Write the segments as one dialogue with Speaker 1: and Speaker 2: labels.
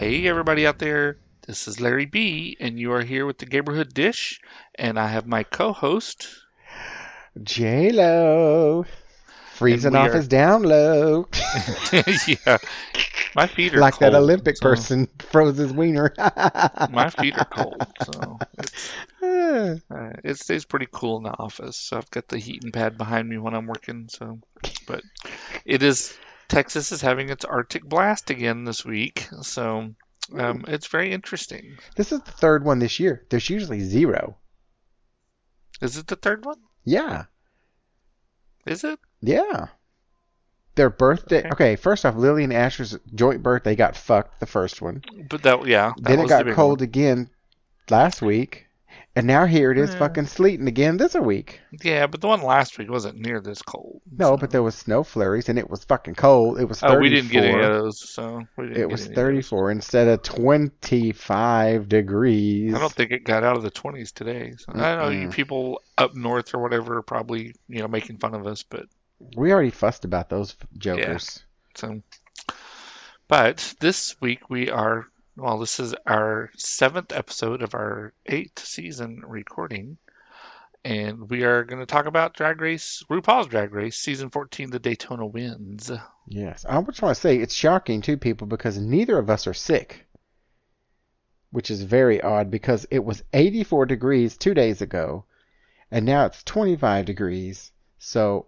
Speaker 1: everybody out there. This is Larry B, and you are here with the Neighborhood Dish, and I have my co-host.
Speaker 2: J Lo. Freezing
Speaker 1: And we
Speaker 2: off
Speaker 1: are-
Speaker 2: his down low.
Speaker 1: yeah, my feet are
Speaker 2: like
Speaker 1: cold,
Speaker 2: that Olympic
Speaker 1: so-
Speaker 2: person froze his wiener.
Speaker 1: My feet are cold, so it's, uh, it stays pretty cool in the office. So I've got the heating pad behind me when I'm working. So, but it is Texas is having its Arctic blast again this week, so um, it's very interesting.
Speaker 2: this is the third one this year. There's usually zero.
Speaker 1: Is it the third one?
Speaker 2: Yeah.
Speaker 1: Is it?
Speaker 2: Yeah. Their birthday.
Speaker 1: Okay.
Speaker 2: Okay, first off, Lily and Asher's joint birthday got fucked the first one.
Speaker 1: But that yeah. That
Speaker 2: then it
Speaker 1: was the
Speaker 2: got
Speaker 1: big
Speaker 2: cold again last week. And now here it is
Speaker 1: Yeah.
Speaker 2: fucking sleeting again this week.
Speaker 1: one. Yeah, but the one last week wasn't near this cold.
Speaker 2: No,
Speaker 1: so-
Speaker 2: but there was snow flurries and it was fucking cold. It was 34.
Speaker 1: oh, we didn't get any of those. So we didn't
Speaker 2: It
Speaker 1: get
Speaker 2: was
Speaker 1: any of
Speaker 2: 34 instead of 25 degrees.
Speaker 1: those. I don't think it got out of the 20s today. So I know you
Speaker 2: Mm-mm.
Speaker 1: people up north or whatever are probably you know making fun of us, but
Speaker 2: We already fussed about those f- jokers.
Speaker 1: So, but this week we are, well, this is our seventh episode of our eighth season recording. And we are going to talk about Drag Race, RuPaul's Drag Race, season 14, the Daytona wins.
Speaker 2: Yes. I just want to say it's shocking to people because neither of us are sick, which is very odd because it was 84 degrees two days ago and now it's 25 degrees. So,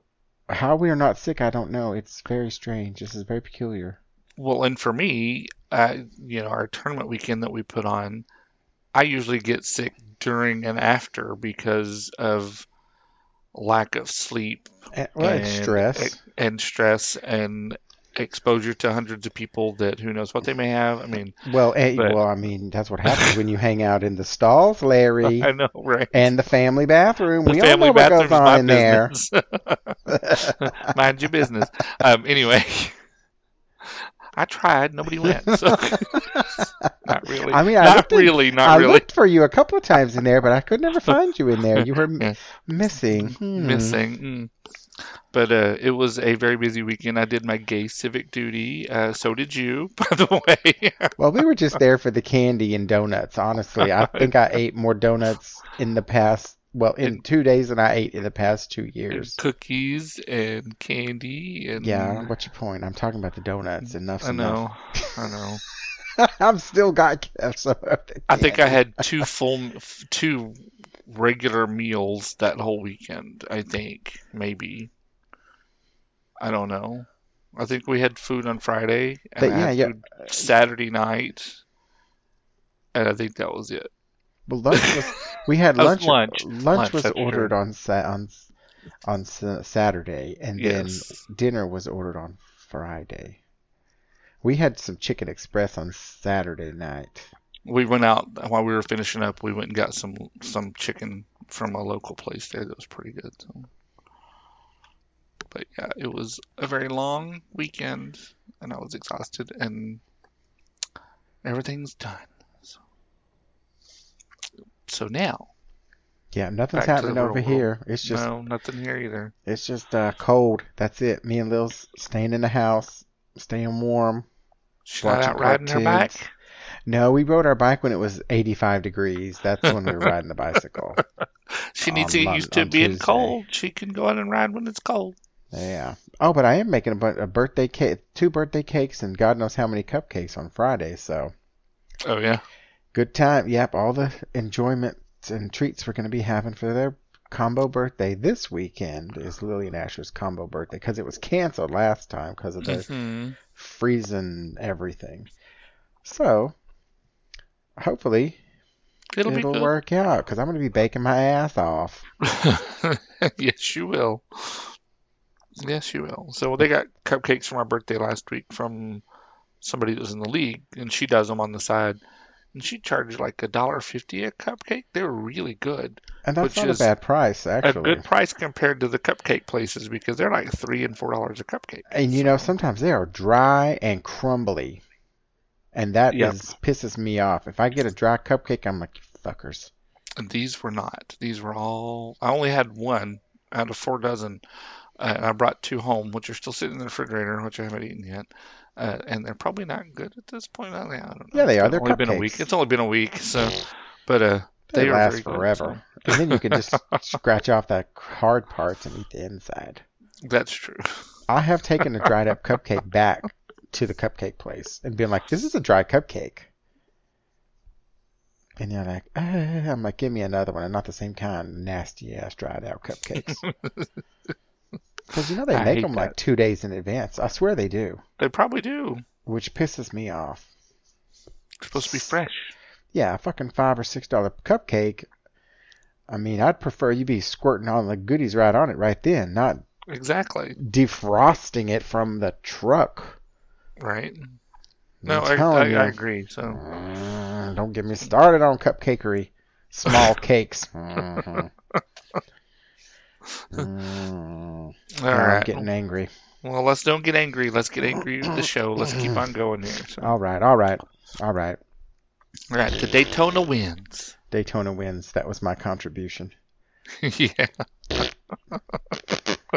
Speaker 2: how we are not sick, I don't know. It's very strange. This is very peculiar.
Speaker 1: Well, and for me, uh, you know, our tournament weekend that we put on, I usually get sick during and after because of lack of sleep
Speaker 2: Eh, Well, it's
Speaker 1: and- e,
Speaker 2: stress.
Speaker 1: and stress and exposure to hundreds of people that who knows what they may have. I mean,
Speaker 2: well, eh,
Speaker 1: but-
Speaker 2: well, I mean, that's what happens when you hang out in the stalls, Larry.
Speaker 1: I know, right?
Speaker 2: And the family bathroom.
Speaker 1: The
Speaker 2: we all
Speaker 1: family
Speaker 2: know what goes
Speaker 1: bathroom's my
Speaker 2: on in there.
Speaker 1: business. Mind your business. Um, anyway, I tried. Nobody went. So. not really.
Speaker 2: I mean, I
Speaker 1: not
Speaker 2: looked in-
Speaker 1: really. not
Speaker 2: I
Speaker 1: really.
Speaker 2: looked for you a couple of times in there, but I could never find you in there. You were m-
Speaker 1: Yeah.
Speaker 2: missing. Hmm.
Speaker 1: missing. Mm. But uh, it was a very busy weekend. I did my gay civic duty. Uh, so did you, by the way.
Speaker 2: Well, we were just there for the candy and donuts. Honestly, I think I ate more donuts in the past. Well, in
Speaker 1: And-
Speaker 2: two days than I ate in the past two
Speaker 1: and
Speaker 2: years.
Speaker 1: cookies and candy and
Speaker 2: Yeah, what's your point? I'm talking about the donuts. Enough's
Speaker 1: I know. I know.
Speaker 2: enough. I'm still got some. of the
Speaker 1: I think I
Speaker 2: candy.
Speaker 1: had two full, f- two regular meals that whole weekend. I think maybe. I don't know. I think we had food on Friday and
Speaker 2: But
Speaker 1: I had
Speaker 2: yeah, yeah.
Speaker 1: food Saturday night, and I think that was it.
Speaker 2: Well, lunch was. We had
Speaker 1: That was
Speaker 2: lunch.
Speaker 1: lunch. Lunch,
Speaker 2: was
Speaker 1: that's true.
Speaker 2: ordered on sa- on s- on s- Saturday, and
Speaker 1: Yes.
Speaker 2: then dinner was ordered on Friday. We had some chicken express on Saturday night.
Speaker 1: We went out while we were finishing up. We went and got some some chicken from a local place there that was pretty good. So. But yeah, it was a very long weekend, and I was exhausted, and everything's done. So, so now,
Speaker 2: Yeah, nothing's
Speaker 1: Back to
Speaker 2: happening
Speaker 1: the real
Speaker 2: over
Speaker 1: world.
Speaker 2: here. It's just
Speaker 1: no, nothing here either.
Speaker 2: it's just uh, cold. That's it. Me and Lil's staying in the house, staying warm.
Speaker 1: She's not
Speaker 2: watching
Speaker 1: out riding her bike.
Speaker 2: cartoons. No, we rode our bike when it was 85 degrees. That's when we were riding the bicycle.
Speaker 1: She needs
Speaker 2: on
Speaker 1: to get
Speaker 2: Mon-
Speaker 1: used to
Speaker 2: Oh, on
Speaker 1: being
Speaker 2: Tuesday.
Speaker 1: cold. She can go out and ride when it's cold.
Speaker 2: Yeah. Oh, but I am making a, bu- a birthday cake, two birthday cakes, and God knows how many cupcakes on Friday. So
Speaker 1: Oh yeah,
Speaker 2: good time. Yep, all the enjoyment and treats we're going to be having for their combo birthday this weekend is Lily and Asher's combo birthday because it was canceled last time because of the
Speaker 1: Mhm.
Speaker 2: freezing everything. So hopefully
Speaker 1: it'll,
Speaker 2: it'll,
Speaker 1: be good.
Speaker 2: work out because I'm going to be baking my ass off.
Speaker 1: yes, you will. Yes, you will. So they got cupcakes for my birthday last week from somebody that was in the league, and she does them on the side. And she charged like a dollar fifty a cupcake. They were really good,
Speaker 2: And that's
Speaker 1: Which
Speaker 2: not
Speaker 1: is
Speaker 2: a bad price, actually.
Speaker 1: a good price compared to the cupcake places because they're like three and four dollars a cupcake.
Speaker 2: And you know, sometimes they are dry and crumbly, and that is
Speaker 1: Yep.
Speaker 2: pisses me off. If I get a dry cupcake, I'm like, "You fuckers.
Speaker 1: And these were not. These were all. I only had one out of four dozen Uh, and I brought two home, which are still sitting in the refrigerator, which I haven't eaten yet. Uh, and they're probably not good at this point. I, I don't know.
Speaker 2: Yeah, they
Speaker 1: It's been-
Speaker 2: are. They're
Speaker 1: only been a
Speaker 2: cupcakes.
Speaker 1: week. It's only been a week, so. But uh,
Speaker 2: They,
Speaker 1: they, are
Speaker 2: last
Speaker 1: very good,
Speaker 2: forever. And then you can just scratch off the hard parts and eat the inside.
Speaker 1: so That's true.
Speaker 2: I have taken a dried up cupcake back to the cupcake place and been like, "This is a dry cupcake," and they're like, "Ah," "I'm like, give me another one, and not the same kind, nasty ass dried out cupcakes." Because you know they
Speaker 1: I
Speaker 2: make
Speaker 1: hate
Speaker 2: 'em make them like two days in advance. I swear they do,
Speaker 1: They probably do.
Speaker 2: which pisses me off.
Speaker 1: They're supposed to be fresh.
Speaker 2: Yeah, a fucking five or six dollar cupcake. I mean, I'd prefer you be squirting all the goodies right on it right then, not
Speaker 1: Exactly.
Speaker 2: defrosting it from the truck.
Speaker 1: Right. No,
Speaker 2: I'm
Speaker 1: I,
Speaker 2: telling
Speaker 1: I,
Speaker 2: you.
Speaker 1: I agree. So
Speaker 2: Mm, don't get me started on cupcakery. Small cakes. Mhm. Mm.
Speaker 1: all
Speaker 2: Now I'm
Speaker 1: right.
Speaker 2: getting angry.
Speaker 1: Well, let's don't get angry. Let's get angry with the show. Let's keep on going here. So.
Speaker 2: All right, all right, all right.
Speaker 1: All right. The Daytona wins.
Speaker 2: Daytona wins. That was my contribution.
Speaker 1: yeah.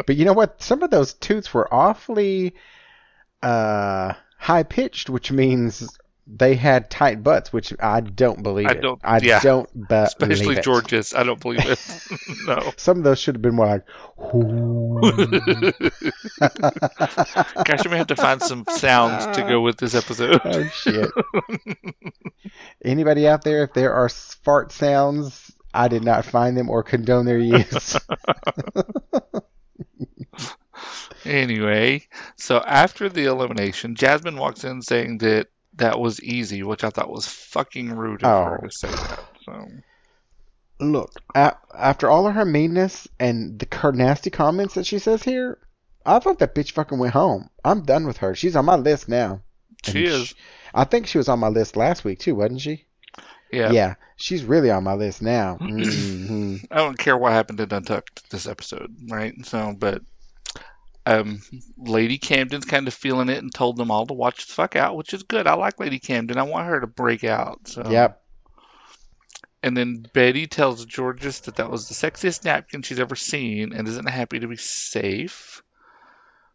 Speaker 2: But you know what? Some of those toots were awfully uh, high pitched, which means they had tight butts, which I don't believe.
Speaker 1: I
Speaker 2: it.
Speaker 1: don't-
Speaker 2: I
Speaker 1: yeah.
Speaker 2: don't believe
Speaker 1: Especially
Speaker 2: Uh, it.
Speaker 1: Georges. I don't believe it. no.
Speaker 2: Some of those should have been more like.
Speaker 1: Gosh, we have to find some sounds to go with this episode.
Speaker 2: Oh shit! Anybody out there? If there are s- fart sounds, I did not find them or condone their use.
Speaker 1: Anyway, so after the elimination, Jasmine walks in saying that that was easy, which I thought was fucking rude of her
Speaker 2: Oh.
Speaker 1: to say that. So
Speaker 2: Look, a- after all of her meanness and the her nasty comments that she says here, I thought that bitch fucking went home. I'm done with her. She's on my list now.
Speaker 1: she
Speaker 2: And
Speaker 1: is.
Speaker 2: sh- I think she was on my list last week too, wasn't she?
Speaker 1: Yeah.
Speaker 2: Yeah, she's really on my list now. hmm
Speaker 1: I don't care what happened in Untucked this episode, right? So, but um, Lady Camden's kind of feeling it and told them all to watch the fuck out, which is good. I like Lady Camden. I want her to break out. So.
Speaker 2: Yep.
Speaker 1: And then Betty tells Georges that that was the sexiest napkin she's ever seen and isn't happy to be safe.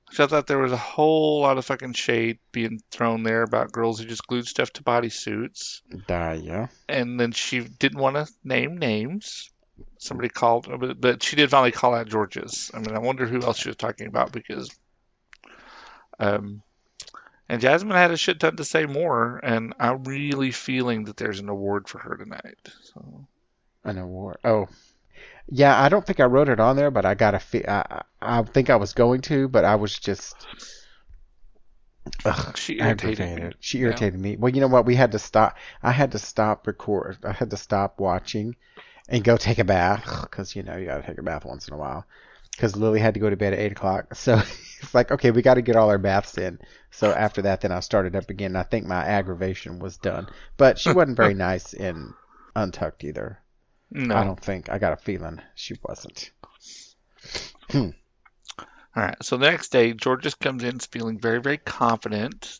Speaker 1: Which I thought there was a whole lot of fucking shade being thrown there about girls who just glued stuff to bodysuits.
Speaker 2: Daya.
Speaker 1: And then she didn't want to name names. Somebody called, but- but she did finally call out Georges. I mean, I wonder who else she was talking about because. Um, and Jasmine had a shit ton to say more, and I'm really feeling that there's an award for her tonight. So.
Speaker 2: An award. Oh. Yeah, I don't think I wrote it on there, but I got a fe- I, I I think I was going to, but I was just Ugh.
Speaker 1: She irritated me.
Speaker 2: aggravated. She irritated me. Well, you know what? We had to stop. I had to stop record. I had to stop watching and go take a bath because you know you gotta take a bath once in a while. Because Lily had to go to bed at eight o'clock, so it's like okay, we got to get all our baths in. So after that, then I started up again. and I think my aggravation was done, but she wasn't very nice in Untucked either.
Speaker 1: No.
Speaker 2: I don't think I got a feeling she wasn't.
Speaker 1: All right. So the next day, Georges comes in feeling very, very confident.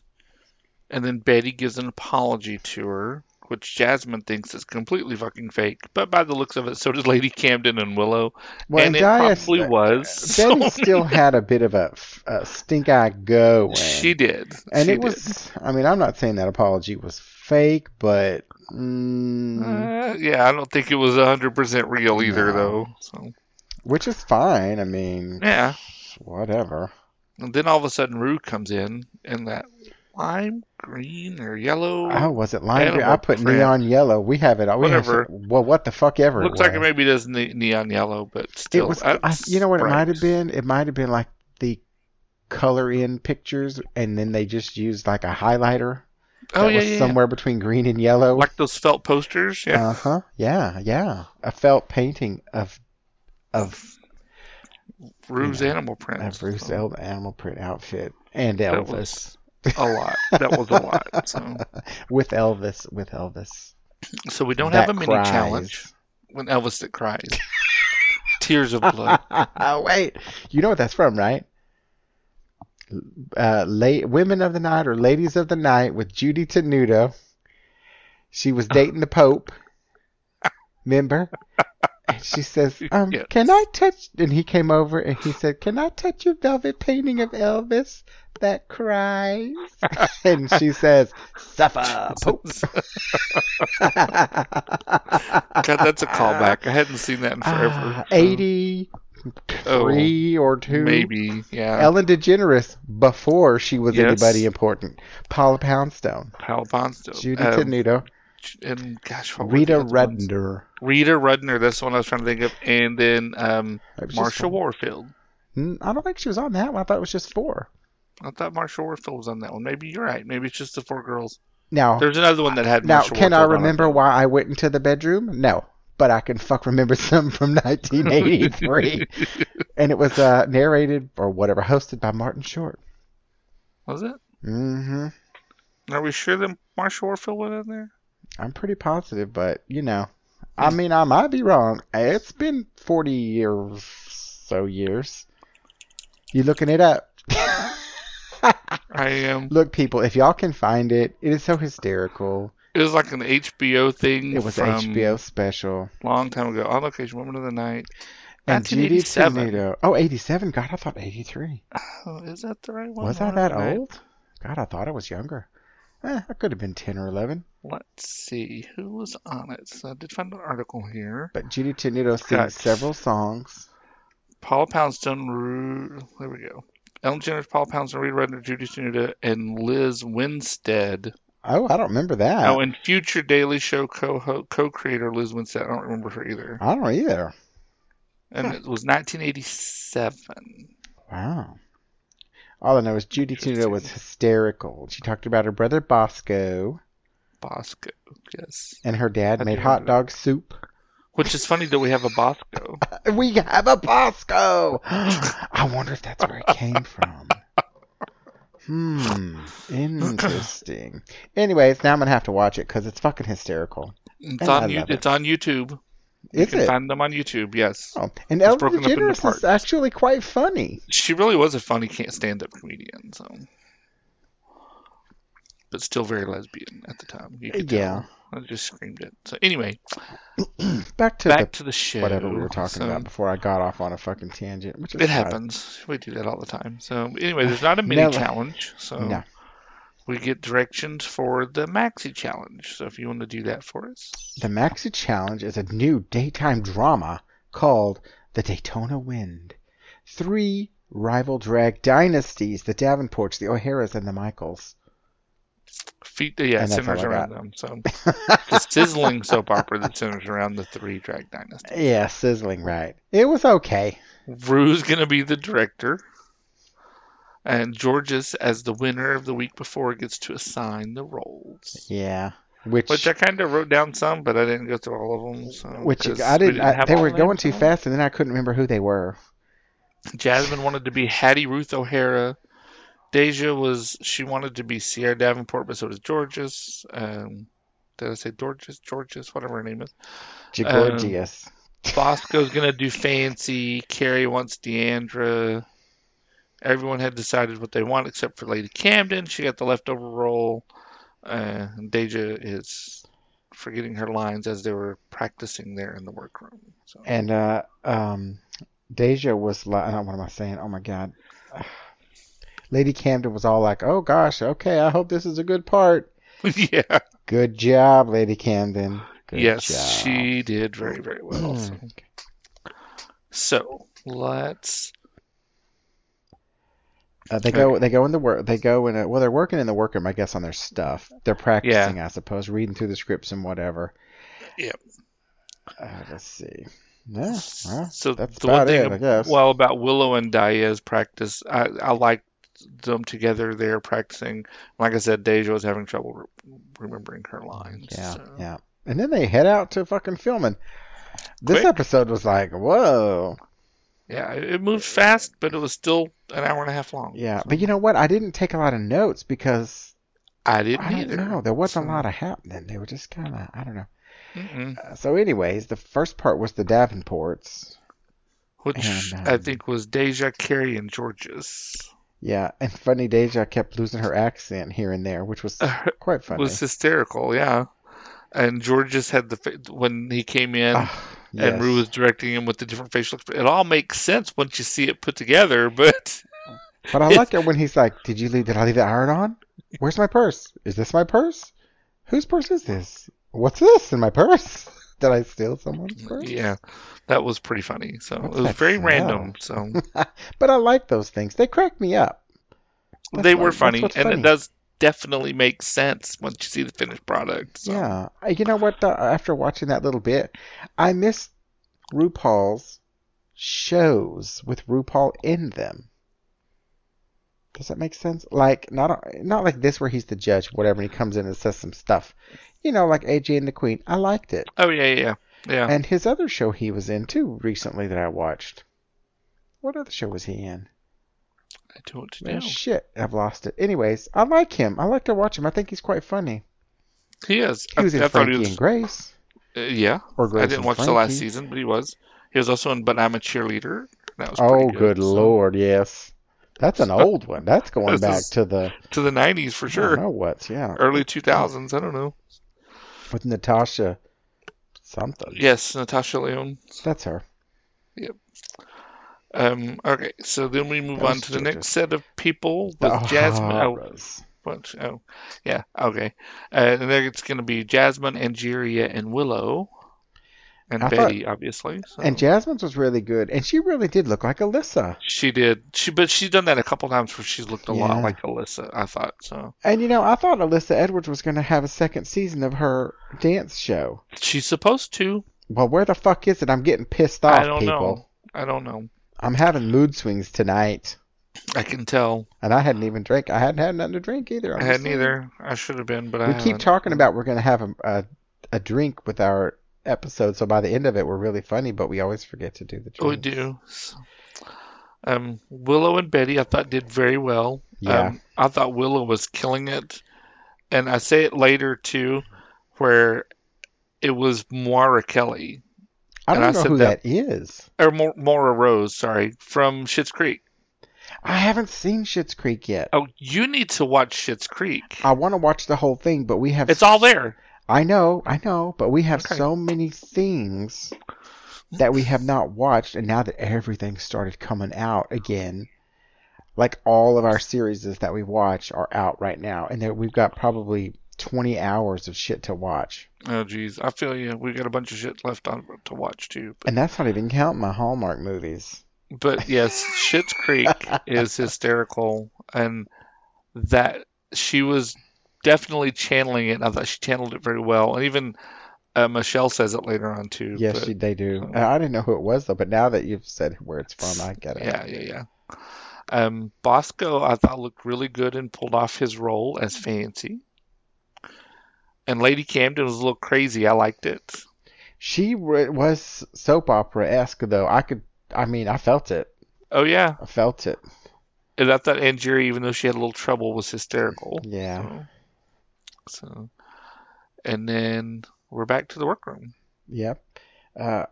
Speaker 1: And then Betty gives an apology to her, which Jasmine thinks is completely fucking fake. But by the looks of it, so did Lady Camden and Willow.
Speaker 2: Well,
Speaker 1: and it
Speaker 2: Daya-
Speaker 1: probably was.
Speaker 2: Betty
Speaker 1: so
Speaker 2: still had a bit of a, f- a stink eye go.
Speaker 1: she did.
Speaker 2: And
Speaker 1: She
Speaker 2: it was, I mean, I'm not saying that apology was fake, but
Speaker 1: did.
Speaker 2: mm,
Speaker 1: Uh, yeah, I don't think it was 100% real either,
Speaker 2: No.
Speaker 1: though. So
Speaker 2: which is fine. I mean,
Speaker 1: yeah.
Speaker 2: whatever.
Speaker 1: And then all of a sudden, Rue comes in in that lime green or yellow.
Speaker 2: Oh, was it lime green?
Speaker 1: Animal
Speaker 2: I put
Speaker 1: print.
Speaker 2: neon yellow. We have it. We have
Speaker 1: Whatever.
Speaker 2: it. Well, what the fuck ever.
Speaker 1: Looks
Speaker 2: it was.
Speaker 1: like it maybe does ne- neon yellow, but still.
Speaker 2: It was.
Speaker 1: uh,
Speaker 2: I, you know what? It
Speaker 1: bright.
Speaker 2: might have been. It might have been like the color in pictures, and then they just used like a highlighter
Speaker 1: Oh
Speaker 2: that
Speaker 1: yeah,
Speaker 2: was
Speaker 1: yeah, yeah.
Speaker 2: somewhere between green and yellow.
Speaker 1: like those felt posters. Yeah,
Speaker 2: Uh huh. Yeah, yeah. A felt painting of of
Speaker 1: Rue's
Speaker 2: you know,
Speaker 1: animal print.
Speaker 2: a Bruce
Speaker 1: So
Speaker 2: El- animal print outfit and
Speaker 1: That
Speaker 2: Elvis
Speaker 1: was a lot. That was a lot. So,
Speaker 2: with Elvis with Elvis.
Speaker 1: so we don't
Speaker 2: That
Speaker 1: have a mini
Speaker 2: cries.
Speaker 1: challenge when Elvis that cries. Tears of blood.
Speaker 2: oh wait, you know what that's from, right? Uh, late women of the night or ladies of the night with Judy Tenuta. She was dating the Pope. Remember? And she says, um, "Can I touch?" And he came over and he said, "Can I touch your velvet painting of Elvis that cries?" and she says, "Suffer, Pope."
Speaker 1: God, that's a callback. I hadn't seen that in forever.
Speaker 2: Ah,
Speaker 1: so-
Speaker 2: Eighty-three
Speaker 1: Oh,
Speaker 2: or two,
Speaker 1: maybe. Yeah.
Speaker 2: Ellen DeGeneres before she was
Speaker 1: Uh, Yes.
Speaker 2: anybody important. Paula Poundstone,
Speaker 1: Pal Bonsto.
Speaker 2: Judy
Speaker 1: Um,
Speaker 2: Tenuto,
Speaker 1: and gosh, what were the
Speaker 2: Rita
Speaker 1: other ones?
Speaker 2: Rudner.
Speaker 1: Rita Rudner. That's the one I was trying to think of. And then um,
Speaker 2: It was just
Speaker 1: Marsha
Speaker 2: four.
Speaker 1: Warfield.
Speaker 2: Mm, I don't think she was on that one. I thought it was just four.
Speaker 1: I thought Marsha Warfield was on that one. Maybe you're right. Maybe it's just the four girls.
Speaker 2: Now,
Speaker 1: There's another one that had
Speaker 2: Oh. now,
Speaker 1: Marsha
Speaker 2: can I
Speaker 1: Warfield on it.
Speaker 2: remember why I went into the bedroom? No, but I can fuck remember some from 1983, and it was uh, narrated or whatever, hosted by Martin Short.
Speaker 1: Was it?
Speaker 2: hmm
Speaker 1: Are we sure that Marsha Warfield was in there?
Speaker 2: I'm pretty positive, but you know, I mean, I might be wrong. It's been 40 years, so years. You looking it up?
Speaker 1: I am.
Speaker 2: Look, people, if y'all can find it, it is so hysterical.
Speaker 1: It was like an HBO thing.
Speaker 2: It was
Speaker 1: from
Speaker 2: HBO special.
Speaker 1: a long time ago. On location, Woman of the Night.
Speaker 2: And Judy
Speaker 1: 1987.
Speaker 2: Tenuto. Oh, 87. God, I thought 83.
Speaker 1: Oh, is that the right one?
Speaker 2: Was I
Speaker 1: Woman
Speaker 2: that
Speaker 1: of the Night?
Speaker 2: old? God, I thought I was younger. Eh, I could have been 10 or 11.
Speaker 1: Let's see who was on it. So I did find an article here.
Speaker 2: But Judy Tenuto sings
Speaker 1: God.
Speaker 2: several songs.
Speaker 1: Paula Poundstone, Ru- there we go. Ellen DeGeneres, Paula Poundstone, Rita Rudner, Judy Tenuta, and Liz Winstead.
Speaker 2: Oh, I don't remember that.
Speaker 1: oh, and future Daily Show co co-creator Liz Winstead. I don't remember her either.
Speaker 2: I don't either.
Speaker 1: And it was 1987.
Speaker 2: Wow. All I know is Judy Tenuto was
Speaker 1: Interesting.
Speaker 2: hysterical. She talked about her brother Bosco,
Speaker 1: Bosco, yes.
Speaker 2: and her dad
Speaker 1: I
Speaker 2: made
Speaker 1: do
Speaker 2: hot
Speaker 1: remember
Speaker 2: dog soup.
Speaker 1: Which is funny that we have a Bosco.
Speaker 2: We have a Bosco! I wonder if that's where it came from. Hmm. Interesting. Anyways, now I'm going to have to watch it because it's fucking hysterical.
Speaker 1: It's
Speaker 2: And I
Speaker 1: on, you,
Speaker 2: love it.
Speaker 1: it's on YouTube. you
Speaker 2: Is
Speaker 1: can
Speaker 2: it?
Speaker 1: find them on YouTube, yes.
Speaker 2: Oh, and Ellen
Speaker 1: broken up into
Speaker 2: DeGeneres
Speaker 1: parts.
Speaker 2: is actually quite funny.
Speaker 1: She really was a funny ca- stand-up comedian, so. But still very lesbian at the time. You could
Speaker 2: Yeah.
Speaker 1: tell. I just screamed it. So anyway,
Speaker 2: Back to
Speaker 1: back to the show.
Speaker 2: the, whatever we were talking
Speaker 1: So,
Speaker 2: about before I got off on a fucking tangent, which is
Speaker 1: It
Speaker 2: fine.
Speaker 1: happens. We do that all the time. So anyway, there's not a mini
Speaker 2: Never.
Speaker 1: challenge. So
Speaker 2: No.
Speaker 1: we get directions for the maxi challenge. So if you want to do that for us,
Speaker 2: The Maxi Challenge is a new daytime drama called The Daytona Wind. Three rival drag dynasties, the Davenports, the O'Haras, and the Michaels.
Speaker 1: feet yeah,
Speaker 2: And that's
Speaker 1: centers
Speaker 2: all I
Speaker 1: around
Speaker 2: got.
Speaker 1: them. So the sizzling soap opera that centers around the three drag dynasties.
Speaker 2: Yeah, sizzling right. It was okay.
Speaker 1: Rue's gonna be the director. And Georges, as the winner of the week before, gets to assign the roles.
Speaker 2: Yeah. Which,
Speaker 1: Which I kind of wrote down some, but I didn't go through all of them. So
Speaker 2: which
Speaker 1: 'cause
Speaker 2: I
Speaker 1: we
Speaker 2: didn't, I,
Speaker 1: have
Speaker 2: they
Speaker 1: all
Speaker 2: were
Speaker 1: of them,
Speaker 2: going too
Speaker 1: so.
Speaker 2: fast and then I couldn't remember who they were.
Speaker 1: Jasmine wanted to be Hattie Ruth O'Hara. Deja was she wanted to be Sierra Davenport, but so does Georges. Um, did I say Georges? Georges, whatever her name is.
Speaker 2: Gorgeous.
Speaker 1: Um, Bosco's gonna do fancy. Carrie wants Deandra. Everyone had decided what they want except for Lady Camden. She got the leftover role. Uh, and Deja is forgetting her lines as they were practicing there in the workroom. So
Speaker 2: and uh, um, Deja was like, what am I saying? Oh my God. Lady Camden was all like, oh gosh, okay, I hope this is a good part.
Speaker 1: yeah.
Speaker 2: Good job, Lady Camden. Good
Speaker 1: yes,
Speaker 2: job.
Speaker 1: she did very, very well. so.
Speaker 2: Mm.
Speaker 1: So let's.
Speaker 2: Uh, they go. They go in the work. They go in. A, well, they're working in the workroom, I guess, on their stuff. They're practicing, I suppose, reading through the scripts and whatever.
Speaker 1: Yep.
Speaker 2: Uh, let's see. Yeah. Well,
Speaker 1: so
Speaker 2: that's
Speaker 1: the one
Speaker 2: about
Speaker 1: thing
Speaker 2: it, I guess.
Speaker 1: well about Willow and Diaz practice, I, I liked them together there practicing. Like I said, Deja was having trouble re- remembering her lines.
Speaker 2: yeah.
Speaker 1: so.
Speaker 2: Yeah. And then they head out to fucking filming. This
Speaker 1: Quick.
Speaker 2: episode was like, whoa.
Speaker 1: Yeah, it it moved fast, but it was still an hour and a half long.
Speaker 2: Yeah. But you know what? I didn't take a lot of notes because
Speaker 1: I didn't
Speaker 2: I don't
Speaker 1: either.
Speaker 2: know. There wasn't
Speaker 1: So-
Speaker 2: a lot of happening. They were just kind of. I don't know.
Speaker 1: Mm-mm.
Speaker 2: Uh, so, anyways, the first part was the Davenports.
Speaker 1: Which
Speaker 2: And,
Speaker 1: I
Speaker 2: um,
Speaker 1: think was Deja, Carrie, and Georges.
Speaker 2: Yeah, and funny Deja kept losing her accent here and there, which was quite funny.
Speaker 1: was hysterical, yeah. And Georges had the fa- when he came in,
Speaker 2: Ah,
Speaker 1: and Rue was directing him with the different facial. exp- It all makes sense once you see it put together, but
Speaker 2: But I like it when he's like, "Did you leave? Did I leave the iron on? Where's my purse? Is this my purse? Whose purse is this? What's this in my purse? Did I steal someone's purse?"
Speaker 1: yeah, that was pretty funny. So
Speaker 2: What's
Speaker 1: it was
Speaker 2: that
Speaker 1: very
Speaker 2: smell?
Speaker 1: random. So
Speaker 2: But I like those things. They crack me up. That's
Speaker 1: they
Speaker 2: what-
Speaker 1: were
Speaker 2: that's
Speaker 1: funny, and
Speaker 2: what's
Speaker 1: it does definitely make sense once you see the finished product. So.
Speaker 2: Yeah, Uh, you know what? Though, after watching that little bit, I miss RuPaul's shows with RuPaul in them. Does that make sense? Like not not like this where he's the judge, whatever, and he comes in and says some stuff. You know, like AJ and the Queen. I liked it.
Speaker 1: Oh yeah, yeah, yeah.
Speaker 2: And his other show he was in too recently that I watched. What other show was he in?
Speaker 1: I don't
Speaker 2: Man,
Speaker 1: know.
Speaker 2: Shit, I've lost it. Anyways, I like him. I like to watch him. I think he's quite funny.
Speaker 1: He is.
Speaker 2: He was
Speaker 1: I,
Speaker 2: in
Speaker 1: I thought
Speaker 2: Frankie
Speaker 1: he
Speaker 2: and
Speaker 1: was.
Speaker 2: Grace.
Speaker 1: uh, yeah,
Speaker 2: Or Grace
Speaker 1: I didn't
Speaker 2: and
Speaker 1: watch the last
Speaker 2: Frankie.
Speaker 1: season, but he was. He was also in "But I'm a Cheerleader." That was pretty
Speaker 2: Oh,
Speaker 1: good,
Speaker 2: good,
Speaker 1: so-
Speaker 2: lord, yes. That's an old one. That's going
Speaker 1: This
Speaker 2: back
Speaker 1: is-
Speaker 2: to the
Speaker 1: To the '90s for
Speaker 2: I don't
Speaker 1: sure.
Speaker 2: know what's yeah
Speaker 1: Early 2000s. I don't know.
Speaker 2: with Natasha something.
Speaker 1: Yes, Natasha Leon.
Speaker 2: That's her.
Speaker 1: Um, okay, so then we move
Speaker 2: That
Speaker 1: on
Speaker 2: was
Speaker 1: to the
Speaker 2: Georgia.
Speaker 1: next set of people with Jasmine. Oh,
Speaker 2: Oharas.
Speaker 1: what? Oh, yeah, okay. Uh, and there it's going to be Jasmine, Angeria, and Willow. And
Speaker 2: I thought-
Speaker 1: Betty, obviously. So.
Speaker 2: And Jasmine's was really good, and she really did look like Alyssa.
Speaker 1: She did. She but she's done that a couple times where she's looked a
Speaker 2: Yeah.
Speaker 1: lot like Alyssa, I thought. So
Speaker 2: And you know, I thought Alyssa Edwards was going to have a second season of her dance show.
Speaker 1: she's supposed to.
Speaker 2: Well, where the fuck is it? I'm getting pissed off,
Speaker 1: I don't
Speaker 2: Oh, people.
Speaker 1: know. I don't know.
Speaker 2: I'm having mood swings tonight,
Speaker 1: I can tell.
Speaker 2: and I hadn't even drank. I hadn't had nothing to drink either. I'm
Speaker 1: I
Speaker 2: just
Speaker 1: hadn't
Speaker 2: saying.
Speaker 1: either. I should have been, but I
Speaker 2: We keep
Speaker 1: haven't.
Speaker 2: talking about we're going to have a, a a drink with our episode, so by the end of it, we're really funny, but we always forget to do the drink.
Speaker 1: Oh, We do. Um, Willow and Betty, I thought did very well.
Speaker 2: Yeah.
Speaker 1: Um, I thought Willow was killing it, and I say it later too, where it was Moira Kelly
Speaker 2: I don't
Speaker 1: and I
Speaker 2: know
Speaker 1: said
Speaker 2: who
Speaker 1: that-
Speaker 2: that is.
Speaker 1: or Mo- Moira Rose, sorry, from Schitt's Creek.
Speaker 2: I haven't seen Schitt's Creek yet.
Speaker 1: Oh, you need to watch Schitt's Creek.
Speaker 2: I want to watch the whole thing, but we have
Speaker 1: It's all there.
Speaker 2: I know, I know, but we have
Speaker 1: Okay.
Speaker 2: so many things that we have not watched, and now that everything started coming out again, like all of our series that we watch are out right now, and there, we've got probably 20 hours of shit to watch.
Speaker 1: Oh, geez, I feel you. We got a bunch of shit left on to watch too. But,
Speaker 2: And that's not even counting my Hallmark movies.
Speaker 1: but yes, Schitt's Creek is hysterical, and that she was definitely channeling it. and I thought she channeled it very well, and even uh, Michelle says it later on too.
Speaker 2: Yes,
Speaker 1: but-
Speaker 2: she- they do.
Speaker 1: um,
Speaker 2: Uh, I didn't know who it was, though, but now that you've said where it's from, I get it.
Speaker 1: yeah, yeah, yeah. Um, Bosco, I thought looked really good and pulled off his role as Fancy. And Lady Camden was a little crazy. I liked it.
Speaker 2: She re- was soap opera esque, though. I could, I mean, I felt it.
Speaker 1: Oh yeah,
Speaker 2: I felt it.
Speaker 1: and I thought Angeria, even though she had a little trouble, was hysterical.
Speaker 2: Yeah.
Speaker 1: So, so- and then we're back to the workroom.
Speaker 2: Yep. Uh,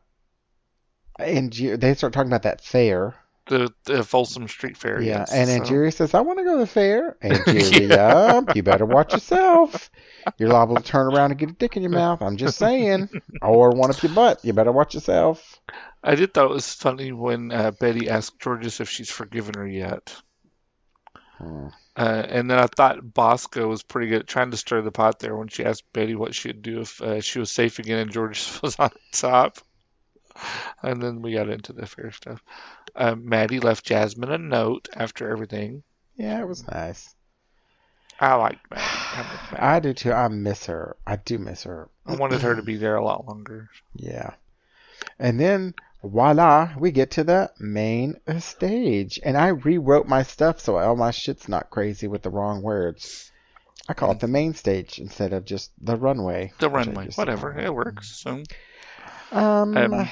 Speaker 2: and Ju- they start talking about that fair.
Speaker 1: The, the Folsom Street Fair.
Speaker 2: yeah.
Speaker 1: yes,
Speaker 2: and
Speaker 1: so-
Speaker 2: Angeria says, I want to go to the fair. Angeria, you better watch yourself. You're liable to turn around and get a dick in your mouth. I'm just saying. or one up your butt. You better watch yourself.
Speaker 1: I did thought it was funny when uh, Betty asked Georges if she's forgiven her yet.
Speaker 2: Hmm.
Speaker 1: Uh, and then I thought Bosco was pretty good at trying to stir the pot there when she asked Betty what she'd do if uh, she was safe again and Georges was on top. And then we got into the fair stuff. Uh, Maddie left Jasmine a note after everything.
Speaker 2: Yeah, it was nice.
Speaker 1: I liked Maddie. I miss Maddie.
Speaker 2: I do too. I miss her. I do miss her.
Speaker 1: I wanted her to be there a lot longer.
Speaker 2: Yeah. And then voila, we get to the main stage. And I rewrote my stuff so all my shit's not crazy with the wrong words. I call it the main stage instead of just the runway.
Speaker 1: The
Speaker 2: which I
Speaker 1: runway,
Speaker 2: used to
Speaker 1: whatever,
Speaker 2: call it.
Speaker 1: it works. So
Speaker 2: Um,
Speaker 1: Um,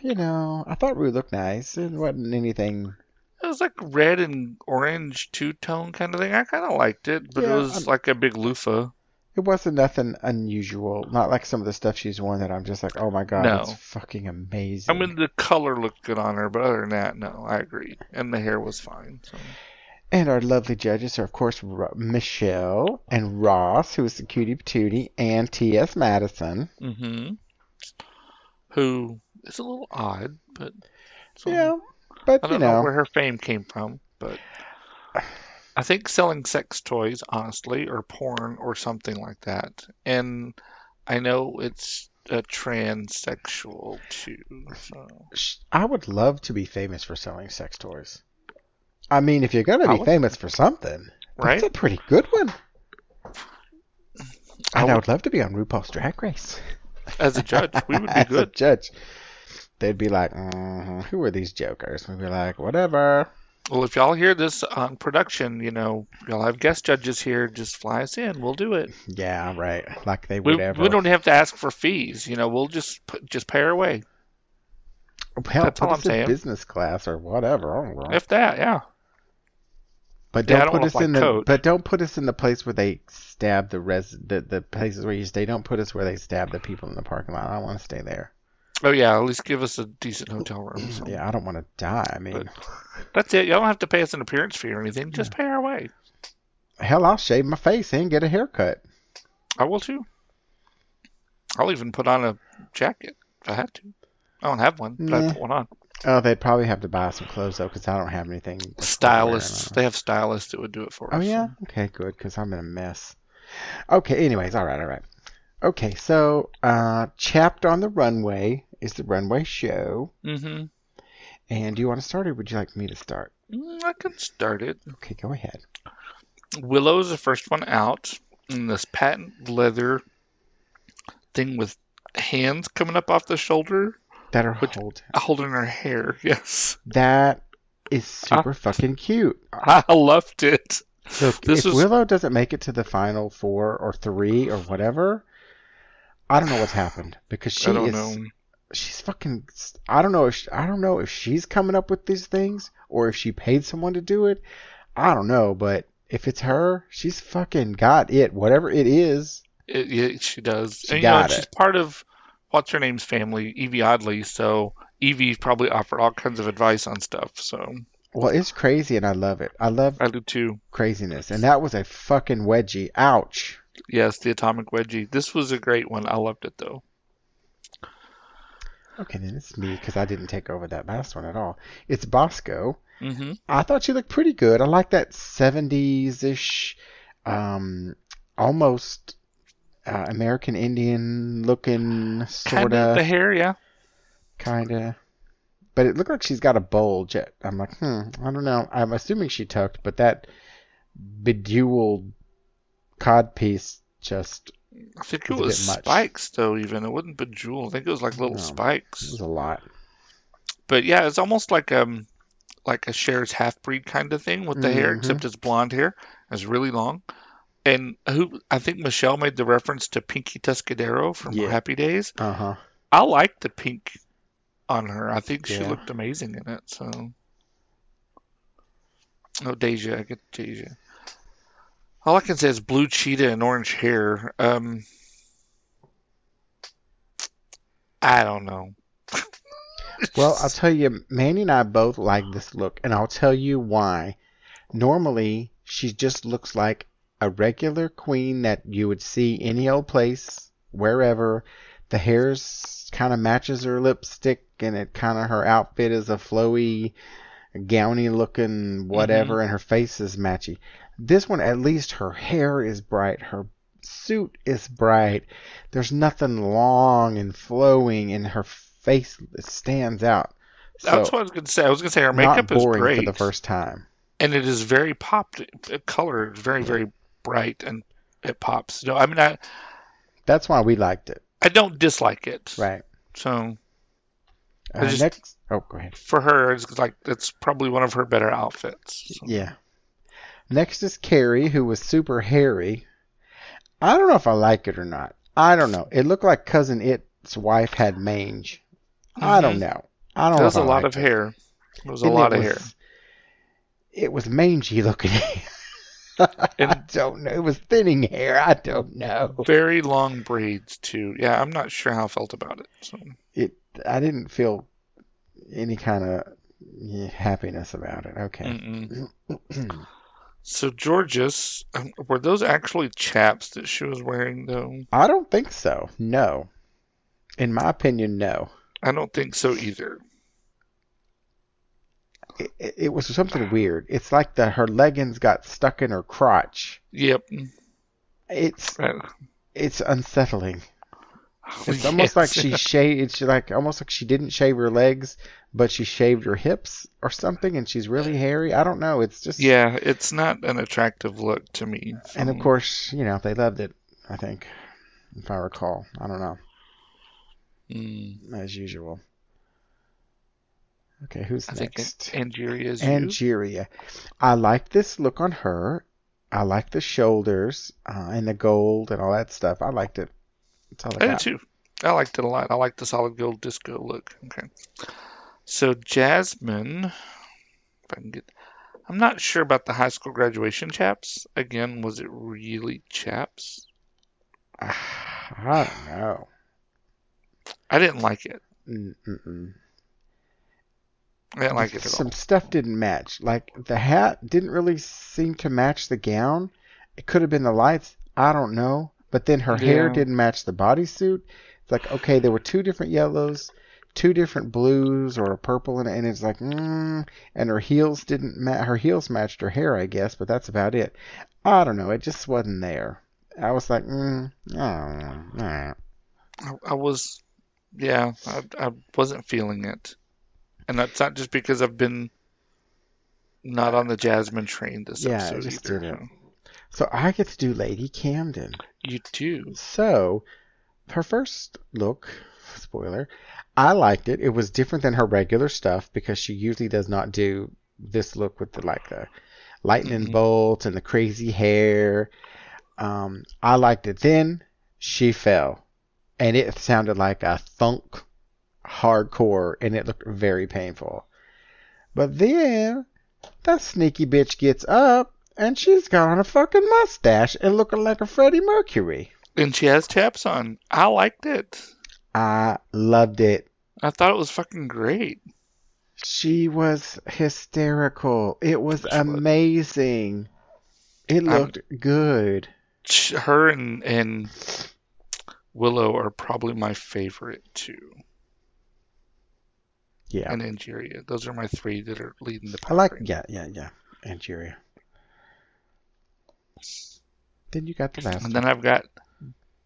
Speaker 2: you know, I thought Rue looked nice. It wasn't anything.
Speaker 1: it was like red and orange two tone kind of thing. I kind of liked it, but
Speaker 2: Yeah,
Speaker 1: it was
Speaker 2: I'm-
Speaker 1: like a big loofah.
Speaker 2: It wasn't nothing unusual. Not like some of the stuff she's worn that I'm just like, oh my god,
Speaker 1: No.
Speaker 2: it's fucking amazing.
Speaker 1: I mean, the color looked good on her, but other than that, no, I agree. And the hair was fine. So.
Speaker 2: And our lovely judges are, of course, Ro- Michelle and Ross, who is the cutie patootie, and T.S. Madison.
Speaker 1: hmm Mm-hmm. Who it's a little odd, but so,
Speaker 2: yeah, but
Speaker 1: I
Speaker 2: you
Speaker 1: don't know.
Speaker 2: know,
Speaker 1: where her fame came from, but I think selling sex toys, honestly, or porn or something like that. And I know it's a transsexual too. So
Speaker 2: sh- I would love to be famous for selling sex toys. I mean, if you're gonna
Speaker 1: I
Speaker 2: be
Speaker 1: would-
Speaker 2: famous for something,
Speaker 1: right?
Speaker 2: that's a pretty good one.
Speaker 1: I
Speaker 2: And I
Speaker 1: would-
Speaker 2: would love to be on RuPaul's Drag Race.
Speaker 1: As a judge, we would be
Speaker 2: As a
Speaker 1: good.
Speaker 2: judge, they'd be like, "Mhm, "Who are these jokers?" We'd be like, "Whatever."
Speaker 1: Well, if y'all hear this on production, you know, y'all have guest judges here. Just fly us in. We'll do it.
Speaker 2: Yeah, right. Like they
Speaker 1: We,
Speaker 2: would ever.
Speaker 1: we don't have to ask for fees. You know, we'll just put- just pay our way.
Speaker 2: Well,
Speaker 1: that's all
Speaker 2: put
Speaker 1: I'm
Speaker 2: us in
Speaker 1: saying.
Speaker 2: business class or whatever. I don't know.
Speaker 1: If that, yeah.
Speaker 2: But
Speaker 1: Yeah, I
Speaker 2: don't,
Speaker 1: don't
Speaker 2: put
Speaker 1: wanna
Speaker 2: us
Speaker 1: fly
Speaker 2: in the
Speaker 1: coach.
Speaker 2: but don't put us in the place where they stab the res the, the places where you stay. Don't put us where they stab the people in the parking lot. I don't want to stay there.
Speaker 1: Oh yeah, at least give us a decent hotel room. So.
Speaker 2: Yeah, I don't want to die. I mean,
Speaker 1: That's it. Y'all don't have to pay us an appearance fee or anything. Just pay our way.
Speaker 2: hell, I'll shave my face and get a haircut.
Speaker 1: I will too. I'll even put on a jacket if I had to. I don't have one, but I
Speaker 2: Nah.
Speaker 1: put one on.
Speaker 2: Oh, they'd probably have to buy some clothes though, because I don't have anything. that's worth
Speaker 1: Stylists,
Speaker 2: wearing.
Speaker 1: they have stylists that would do it for
Speaker 2: Oh
Speaker 1: us.
Speaker 2: yeah. Okay, good, because I'm in a mess. Okay. Anyways, all right, all right. Okay, so uh, Chapped on the Runway is the runway show,
Speaker 1: Mm-hmm.
Speaker 2: and do you want to start, or would you like me to start?
Speaker 1: Mm, I can start it.
Speaker 2: Okay, go ahead.
Speaker 1: Willow is the first one out in this patent leather thing with hands coming up off the shoulder,
Speaker 2: That are
Speaker 1: Which-
Speaker 2: hold.
Speaker 1: holding her hair. Yes,
Speaker 2: That is
Speaker 1: Ah.
Speaker 2: super fucking cute.
Speaker 1: I loved it.
Speaker 2: Look,
Speaker 1: This
Speaker 2: if
Speaker 1: was-
Speaker 2: Willow doesn't make it to the final four or three or whatever, I don't know what's happened because she
Speaker 1: I don't
Speaker 2: is
Speaker 1: know.
Speaker 2: she's fucking. I don't know. If she, I don't know if she's coming up with these things or if she paid someone to do it. I don't know, but if it's her, she's fucking got it. Whatever it is,
Speaker 1: It, it, she does.
Speaker 2: She
Speaker 1: and, you know,
Speaker 2: got
Speaker 1: she's
Speaker 2: it.
Speaker 1: part of what's her name's family, Evie Oddly. So Evie probably offered all kinds of advice on stuff. So
Speaker 2: well, it's crazy, and I love it. I love
Speaker 1: I do too.
Speaker 2: craziness, and that was a fucking wedgie. Ouch.
Speaker 1: Yes, the atomic wedgie. This was a great one. I loved it though.
Speaker 2: Okay, then it's me because I didn't take over that last one at all. It's Bosco.
Speaker 1: hmm
Speaker 2: I thought she looked pretty good. I like that 70s ish, um, almost uh, American Indian looking
Speaker 1: Kind
Speaker 2: sort
Speaker 1: of the
Speaker 2: of,
Speaker 1: hair, yeah.
Speaker 2: kind of. But it looked like she's got a bulge. At, I'm like, hmm, I don't know. I'm assuming she tucked, but that bejeweled cod piece just
Speaker 1: I think
Speaker 2: It
Speaker 1: it
Speaker 2: was a
Speaker 1: was
Speaker 2: bit much.
Speaker 1: spikes though. Even it wasn't bejeweled. I think it was like little
Speaker 2: No.
Speaker 1: spikes.
Speaker 2: was a lot.
Speaker 1: But yeah, it's almost like um like a Cher's half breed kind of thing with the hair,
Speaker 2: Mhm.
Speaker 1: except it's blonde hair. It's really long. And who I think Michelle made the reference to Pinky Tuscadero from
Speaker 2: Yeah.
Speaker 1: Happy Days.
Speaker 2: Uh huh.
Speaker 1: I like the pink on her. I think she
Speaker 2: Yeah.
Speaker 1: looked amazing in it. So, oh, Deja, I get Deja. All I can say is blue cheetah and orange hair. Um, I don't know.
Speaker 2: Well, I'll tell you, Manny and I both like this look, and I'll tell you why. Normally, she just looks like a regular queen that you would see any old place, wherever. The hair's kind of matches her lipstick, and it kind of her outfit is a flowy, gowny looking whatever, and her face is matchy. This one, at least, her hair is bright, her suit is bright. There's nothing long and flowing, and her face stands out. So,
Speaker 1: That's what I was gonna say. I was gonna say her
Speaker 2: not
Speaker 1: makeup is
Speaker 2: boring
Speaker 1: great,
Speaker 2: for the first time.
Speaker 1: and it is very popped. The color is very, very bright, and it pops. No, I mean I,
Speaker 2: That's why we liked it,
Speaker 1: I don't dislike it.
Speaker 2: right?
Speaker 1: So I
Speaker 2: Uh,
Speaker 1: just-
Speaker 2: next, oh, go ahead.
Speaker 1: for her, it's like it's probably one of her better outfits. So.
Speaker 2: Yeah. Next is Carrie, who was super hairy. I don't know if I like it or not. I don't know. It looked like cousin It's wife had mange. I don't know. I don't.
Speaker 1: There
Speaker 2: know
Speaker 1: was
Speaker 2: if
Speaker 1: a
Speaker 2: I
Speaker 1: lot
Speaker 2: liked
Speaker 1: of
Speaker 2: it.
Speaker 1: hair. There was a
Speaker 2: And
Speaker 1: lot
Speaker 2: it
Speaker 1: of
Speaker 2: was- It was mangy looking. I don't know. It was thinning hair. I don't know.
Speaker 1: hair. Very long braids too. Yeah, I'm not sure how I felt about it. So
Speaker 2: it I didn't feel any kind of happiness about it. Okay.
Speaker 1: mm-mm. Mm. so Georges, um, were those actually chaps that she was wearing though?
Speaker 2: I don't think so. No. In my opinion, no.
Speaker 1: I don't think so either.
Speaker 2: It, it was something weird. It's like the her leggings got stuck in her crotch.
Speaker 1: Yep.
Speaker 2: It's
Speaker 1: Right.
Speaker 2: it's unsettling. It's
Speaker 1: Yes.
Speaker 2: almost like she shaved. It's like almost like she didn't shave her legs, but she shaved her hips or something, and she's really hairy. I don't know. It's just
Speaker 1: Yeah, it's not an attractive look to me.
Speaker 2: And of
Speaker 1: Um,
Speaker 2: course, you know they loved it. I think, if I recall, I don't know.
Speaker 1: mm,
Speaker 2: As usual. Okay, who's
Speaker 1: I think
Speaker 2: next?
Speaker 1: Angeria is you.
Speaker 2: Angeria. I like this look on her. I like the shoulders uh, and the gold and all that stuff. I liked it. That's all I
Speaker 1: I did
Speaker 2: got.
Speaker 1: too. I liked it a lot. I liked the solid gold disco look. Okay. So Jasmine, if I can get, I'm not sure about the high school graduation chaps. Again, was it really chaps?
Speaker 2: I don't know.
Speaker 1: I didn't like it.
Speaker 2: Mm-mm-mm.
Speaker 1: I didn't like it at
Speaker 2: Some
Speaker 1: all.
Speaker 2: stuff didn't match. Like the hat didn't really seem to match the gown. It could have been the lights. I don't know. But then her hair
Speaker 1: Yeah.
Speaker 2: didn't match the bodysuit. It's like okay, there were two different yellows, two different blues, or a purple, and, and it's like, mm, and her heels didn't match. Her heels matched her hair, I guess, but that's about it. I don't know. It just wasn't there. I was like, mm, oh, nah.
Speaker 1: I, I was, yeah, I, I wasn't feeling it, and that's not just because I've been not on the Jasmine train this
Speaker 2: Yeah, I
Speaker 1: episode
Speaker 2: just
Speaker 1: either.
Speaker 2: didn't. So I get to do Lady Camden.
Speaker 1: You do.
Speaker 2: So, her first look, spoiler, I liked it. It was different than her regular stuff because she usually does not do this look with the like the lightning
Speaker 1: Mhm.
Speaker 2: bolts and the crazy hair. Um, I liked it then. She fell, and it sounded like a thunk, hardcore, and it looked very painful. But then that sneaky bitch gets up and she's got on a fucking mustache and looking like a Freddie Mercury.
Speaker 1: And she has chaps on. I liked it.
Speaker 2: I loved it.
Speaker 1: I thought it was fucking great.
Speaker 2: She was hysterical. It was
Speaker 1: She was.
Speaker 2: amazing. It looked good.
Speaker 1: Ch- Her and and Willow are probably my favorite too,
Speaker 2: Yeah.
Speaker 1: and Angeria. Those are my three that are leading the.
Speaker 2: I like
Speaker 1: pack right
Speaker 2: yeah, yeah, yeah. Angeria. Then you got the
Speaker 1: now.
Speaker 2: last
Speaker 1: And then I've got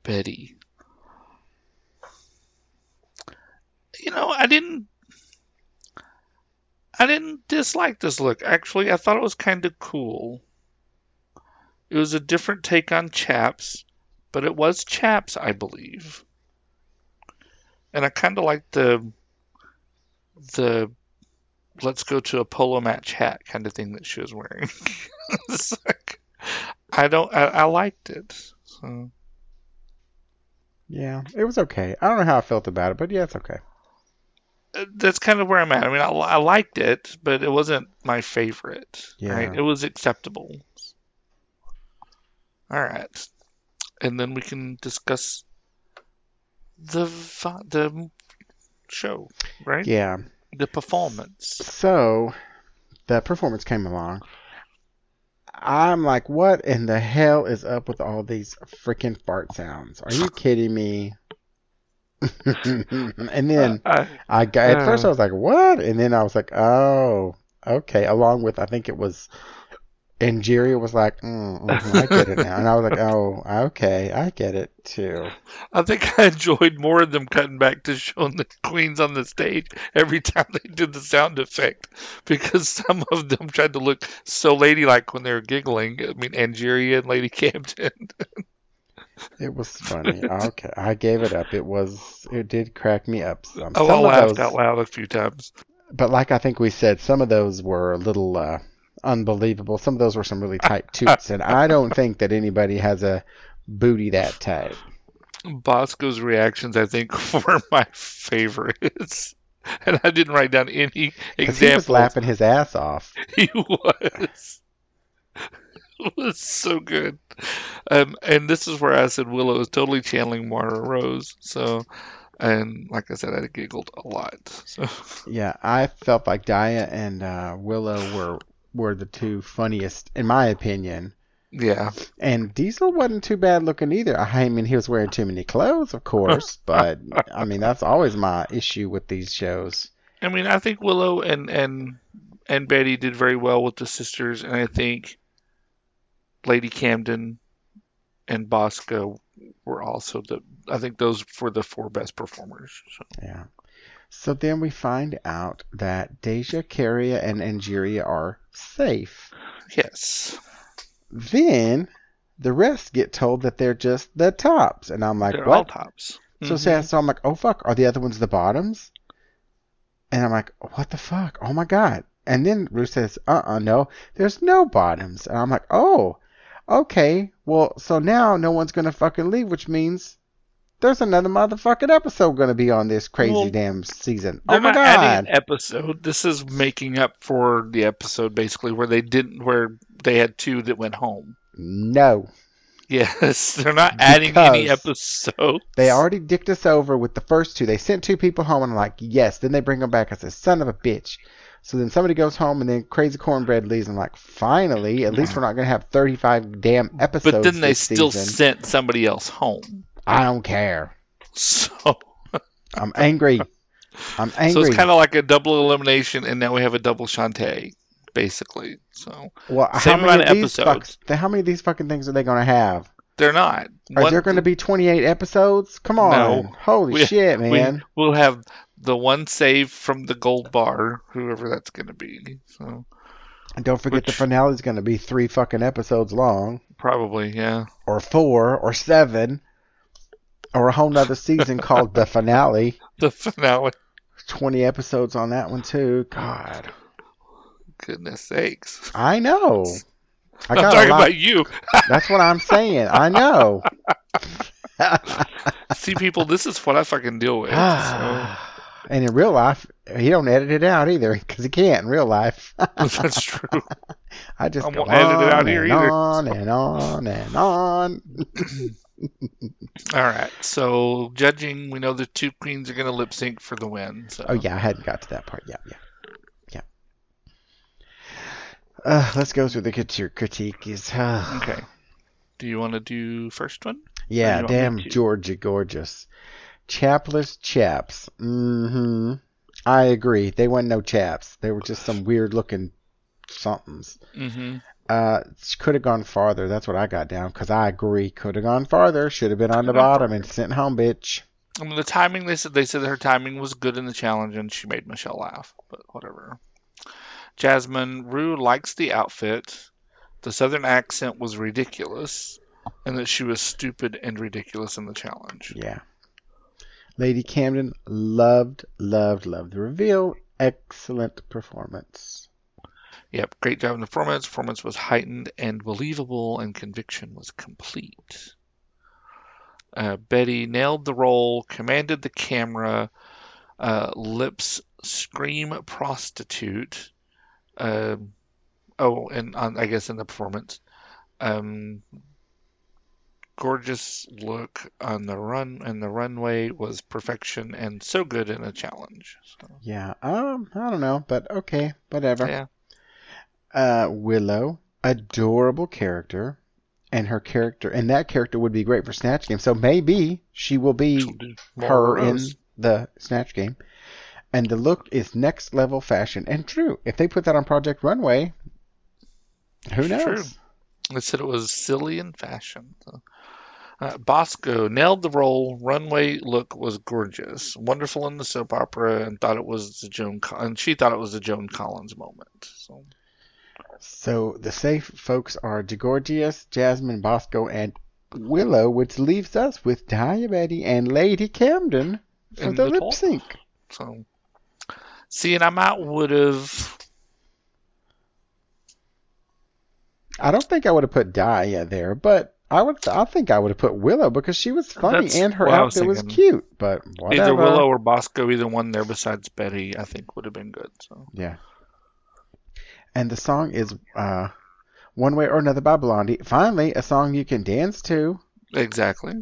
Speaker 1: Betty. You know, I didn't. I didn't dislike this look. Actually, I thought it was kind of cool. It was a different take on chaps, but it was chaps, I believe. And I kind of like the the let's go to a polo match hat kind of thing that she was wearing. It's like, I don't. I, I liked it. So
Speaker 2: Yeah. It was okay. I don't know how I felt about it, but yeah, it's okay.
Speaker 1: uh, that's kind of where I'm at. I mean, I, I liked it, but it wasn't my favorite.
Speaker 2: Yeah.
Speaker 1: Right? It was acceptable. All right, and then we can discuss the vi- the show, right?
Speaker 2: Yeah.
Speaker 1: The performance.
Speaker 2: So the performance came along. I'm like, what in the hell is up with all these freaking fart sounds? Are you kidding me? and then
Speaker 1: I,
Speaker 2: I got, at first
Speaker 1: Uh.
Speaker 2: I was like, "What?" and then I was like, "Oh, okay." Along with I think it was, and Jerry was like, mm, mhm, "I get it now," and I was like, "Oh, okay, I get it too."
Speaker 1: I think I enjoyed more of them cutting back to showing the queens on the stage every time they did the sound effect because some of them tried to look so ladylike when they were giggling. I mean, Angeria and Lady Camden.
Speaker 2: It was funny. okay, I gave it up. It was, it did crack me up some.
Speaker 1: Oh, I
Speaker 2: some
Speaker 1: laughed
Speaker 2: of those,
Speaker 1: out loud a few times.
Speaker 2: but like I think we said, some of those were a little uh, unbelievable. Some of those were some really tight toots, and I don't think that anybody has a booty that tight.
Speaker 1: Bosco's reactions, I think, were my favorites. And I didn't write down any
Speaker 2: 'Cause he was
Speaker 1: examples.
Speaker 2: laughing his ass off.
Speaker 1: He was. It was so good. Um, and this is where I said Willow is totally channeling Moira Rose. So, and like I said, I giggled a lot. So,
Speaker 2: Yeah, I felt like Daya and uh, Willow were were the two funniest, in my opinion,
Speaker 1: Yeah.
Speaker 2: And Diesel wasn't too bad looking either. I mean, he was wearing too many clothes, of course, but I mean, that's always my issue with these shows.
Speaker 1: I mean, I think Willow and and and Betty did very well with the sisters, and I think Lady Camden and Bosco were also the. I think those were the four best performers. So.
Speaker 2: Yeah. So then we find out that Deja, Caria, and Angeria are safe.
Speaker 1: Yes.
Speaker 2: Then the rest get told that they're just the tops, and I'm like,
Speaker 1: They're all
Speaker 2: what?
Speaker 1: tops. Mm-hmm.
Speaker 2: So, so- so I'm like, oh fuck, are the other ones the bottoms? And I'm like, what the fuck? Oh my god. And then Ruth says, uh uh no, there's no bottoms. And I'm like, oh, okay. Well, so now no one's going to fucking leave, which means there's another motherfucking episode going to be on this crazy
Speaker 1: Well,
Speaker 2: damn season.
Speaker 1: They're
Speaker 2: Oh my
Speaker 1: not adding
Speaker 2: god.
Speaker 1: an episode. This is making up for the episode basically where they didn't where they had two that went home.
Speaker 2: No.
Speaker 1: Yes, they're not adding any episodes.
Speaker 2: They already dicked us over with the first two. They sent two people home, and I'm like, yes. Then they bring them back. I said, son of a bitch. So then somebody goes home, and then Crazy Cornbread leaves. and I'm like, finally, at least we're not going to have 35 damn episodes.
Speaker 1: But then they
Speaker 2: this
Speaker 1: still
Speaker 2: season.
Speaker 1: sent somebody else home.
Speaker 2: I don't care.
Speaker 1: So
Speaker 2: I'm angry. I'm angry.
Speaker 1: so it's kind of like a double elimination, and now we have a double Shantae, basically. So
Speaker 2: well,
Speaker 1: same
Speaker 2: how many
Speaker 1: amount
Speaker 2: of
Speaker 1: of
Speaker 2: these
Speaker 1: episodes.
Speaker 2: fucks- how many of these fucking things are they going to have?
Speaker 1: they're not.
Speaker 2: Are
Speaker 1: One-
Speaker 2: there going to be 28 episodes? Come on.
Speaker 1: No.
Speaker 2: Holy
Speaker 1: We-
Speaker 2: shit, man.
Speaker 1: We, will have the one save from the gold bar, whoever that's going to be. So
Speaker 2: And don't forget the
Speaker 1: which-
Speaker 2: finale is going to be three fucking episodes long.
Speaker 1: probably, yeah.
Speaker 2: or four or seven or a whole nother season called the finale.
Speaker 1: The finale.
Speaker 2: Twenty episodes on that one too. God,
Speaker 1: Goodness sakes.
Speaker 2: I know. I
Speaker 1: I'm
Speaker 2: got
Speaker 1: talking
Speaker 2: a lot.
Speaker 1: about you.
Speaker 2: That's what I'm saying. I know.
Speaker 1: See, people, this is what I fucking deal with. so.
Speaker 2: and in real life, he don't edit it out either because he can't in real life.
Speaker 1: That's true.
Speaker 2: I just
Speaker 1: I
Speaker 2: go
Speaker 1: won't edit it out
Speaker 2: on
Speaker 1: here
Speaker 2: and
Speaker 1: either,
Speaker 2: on and on and on.
Speaker 1: All right. So, judging, we know the two queens are going to lip sync for the win. So.
Speaker 2: Oh yeah, I hadn't got to that part. Yeah, yeah, yeah. Uh, let's go through the criti- critiques.
Speaker 1: Okay. Do you want to do first one?
Speaker 2: Yeah,
Speaker 1: you want me
Speaker 2: damn
Speaker 1: to?
Speaker 2: Georgia gorgeous. Chapless chaps. Mm-hmm. I agree. They weren't no chaps. They were just some weird looking somethings.
Speaker 1: Mm-hmm.
Speaker 2: Uh, could have gone farther. That's what I got down because I agree. Could have gone farther. Should have been on the
Speaker 1: Coulda gone
Speaker 2: bottom and sent home, bitch.
Speaker 1: I mean, the timing they said they said her timing was good in the challenge, and she made Michelle laugh. But whatever. Jasmine Rue likes the outfit. The southern accent was ridiculous, and that she was stupid and ridiculous in the challenge.
Speaker 2: Yeah. Lady Camden loved, loved, loved the reveal. Excellent performance.
Speaker 1: Yep, great job in the performance. Performance was heightened and believable, and conviction was complete. Uh, Betty nailed the role, commanded the camera. Uh, lips scream prostitute. Um oh, and on, I guess in the performance, um, gorgeous look on the run and the runway was perfection and so good in a challenge. So,
Speaker 2: Yeah. Um, I don't know, but okay, whatever.
Speaker 1: yeah,
Speaker 2: uh, Willow, adorable character, and her character, and that character would be great for Snatch Game. So maybe she will be
Speaker 1: she'll do
Speaker 2: her
Speaker 1: more of
Speaker 2: in
Speaker 1: those.
Speaker 2: the Snatch Game. And the look is next level fashion and true. If they put that on Project Runway, who knows?
Speaker 1: True. They said it was silly in fashion. Uh, Bosco nailed the role. Runway look was gorgeous, wonderful in the soap opera, and thought it was the Joan. Co- and she thought it was the Joan Collins moment. So
Speaker 2: So the safe folks are DeGorgias, Jasmine, Bosco, and Willow, which leaves us with Diabetti and Lady Camden for
Speaker 1: In
Speaker 2: the
Speaker 1: the
Speaker 2: lip
Speaker 1: top.
Speaker 2: sync.
Speaker 1: So, see, and I might would have.
Speaker 2: I don't think I would have put Daya there, but I would. I think I would have put Willow because she was funny
Speaker 1: That's
Speaker 2: and her
Speaker 1: what I was
Speaker 2: outfit was
Speaker 1: thinking.
Speaker 2: cute. But whatever.
Speaker 1: Either Willow or Bosco, either one there besides Betty, I think would have been good. So
Speaker 2: Yeah. And the song is uh, "One Way or Another" by Blondie. Finally, a song you can dance to.
Speaker 1: exactly.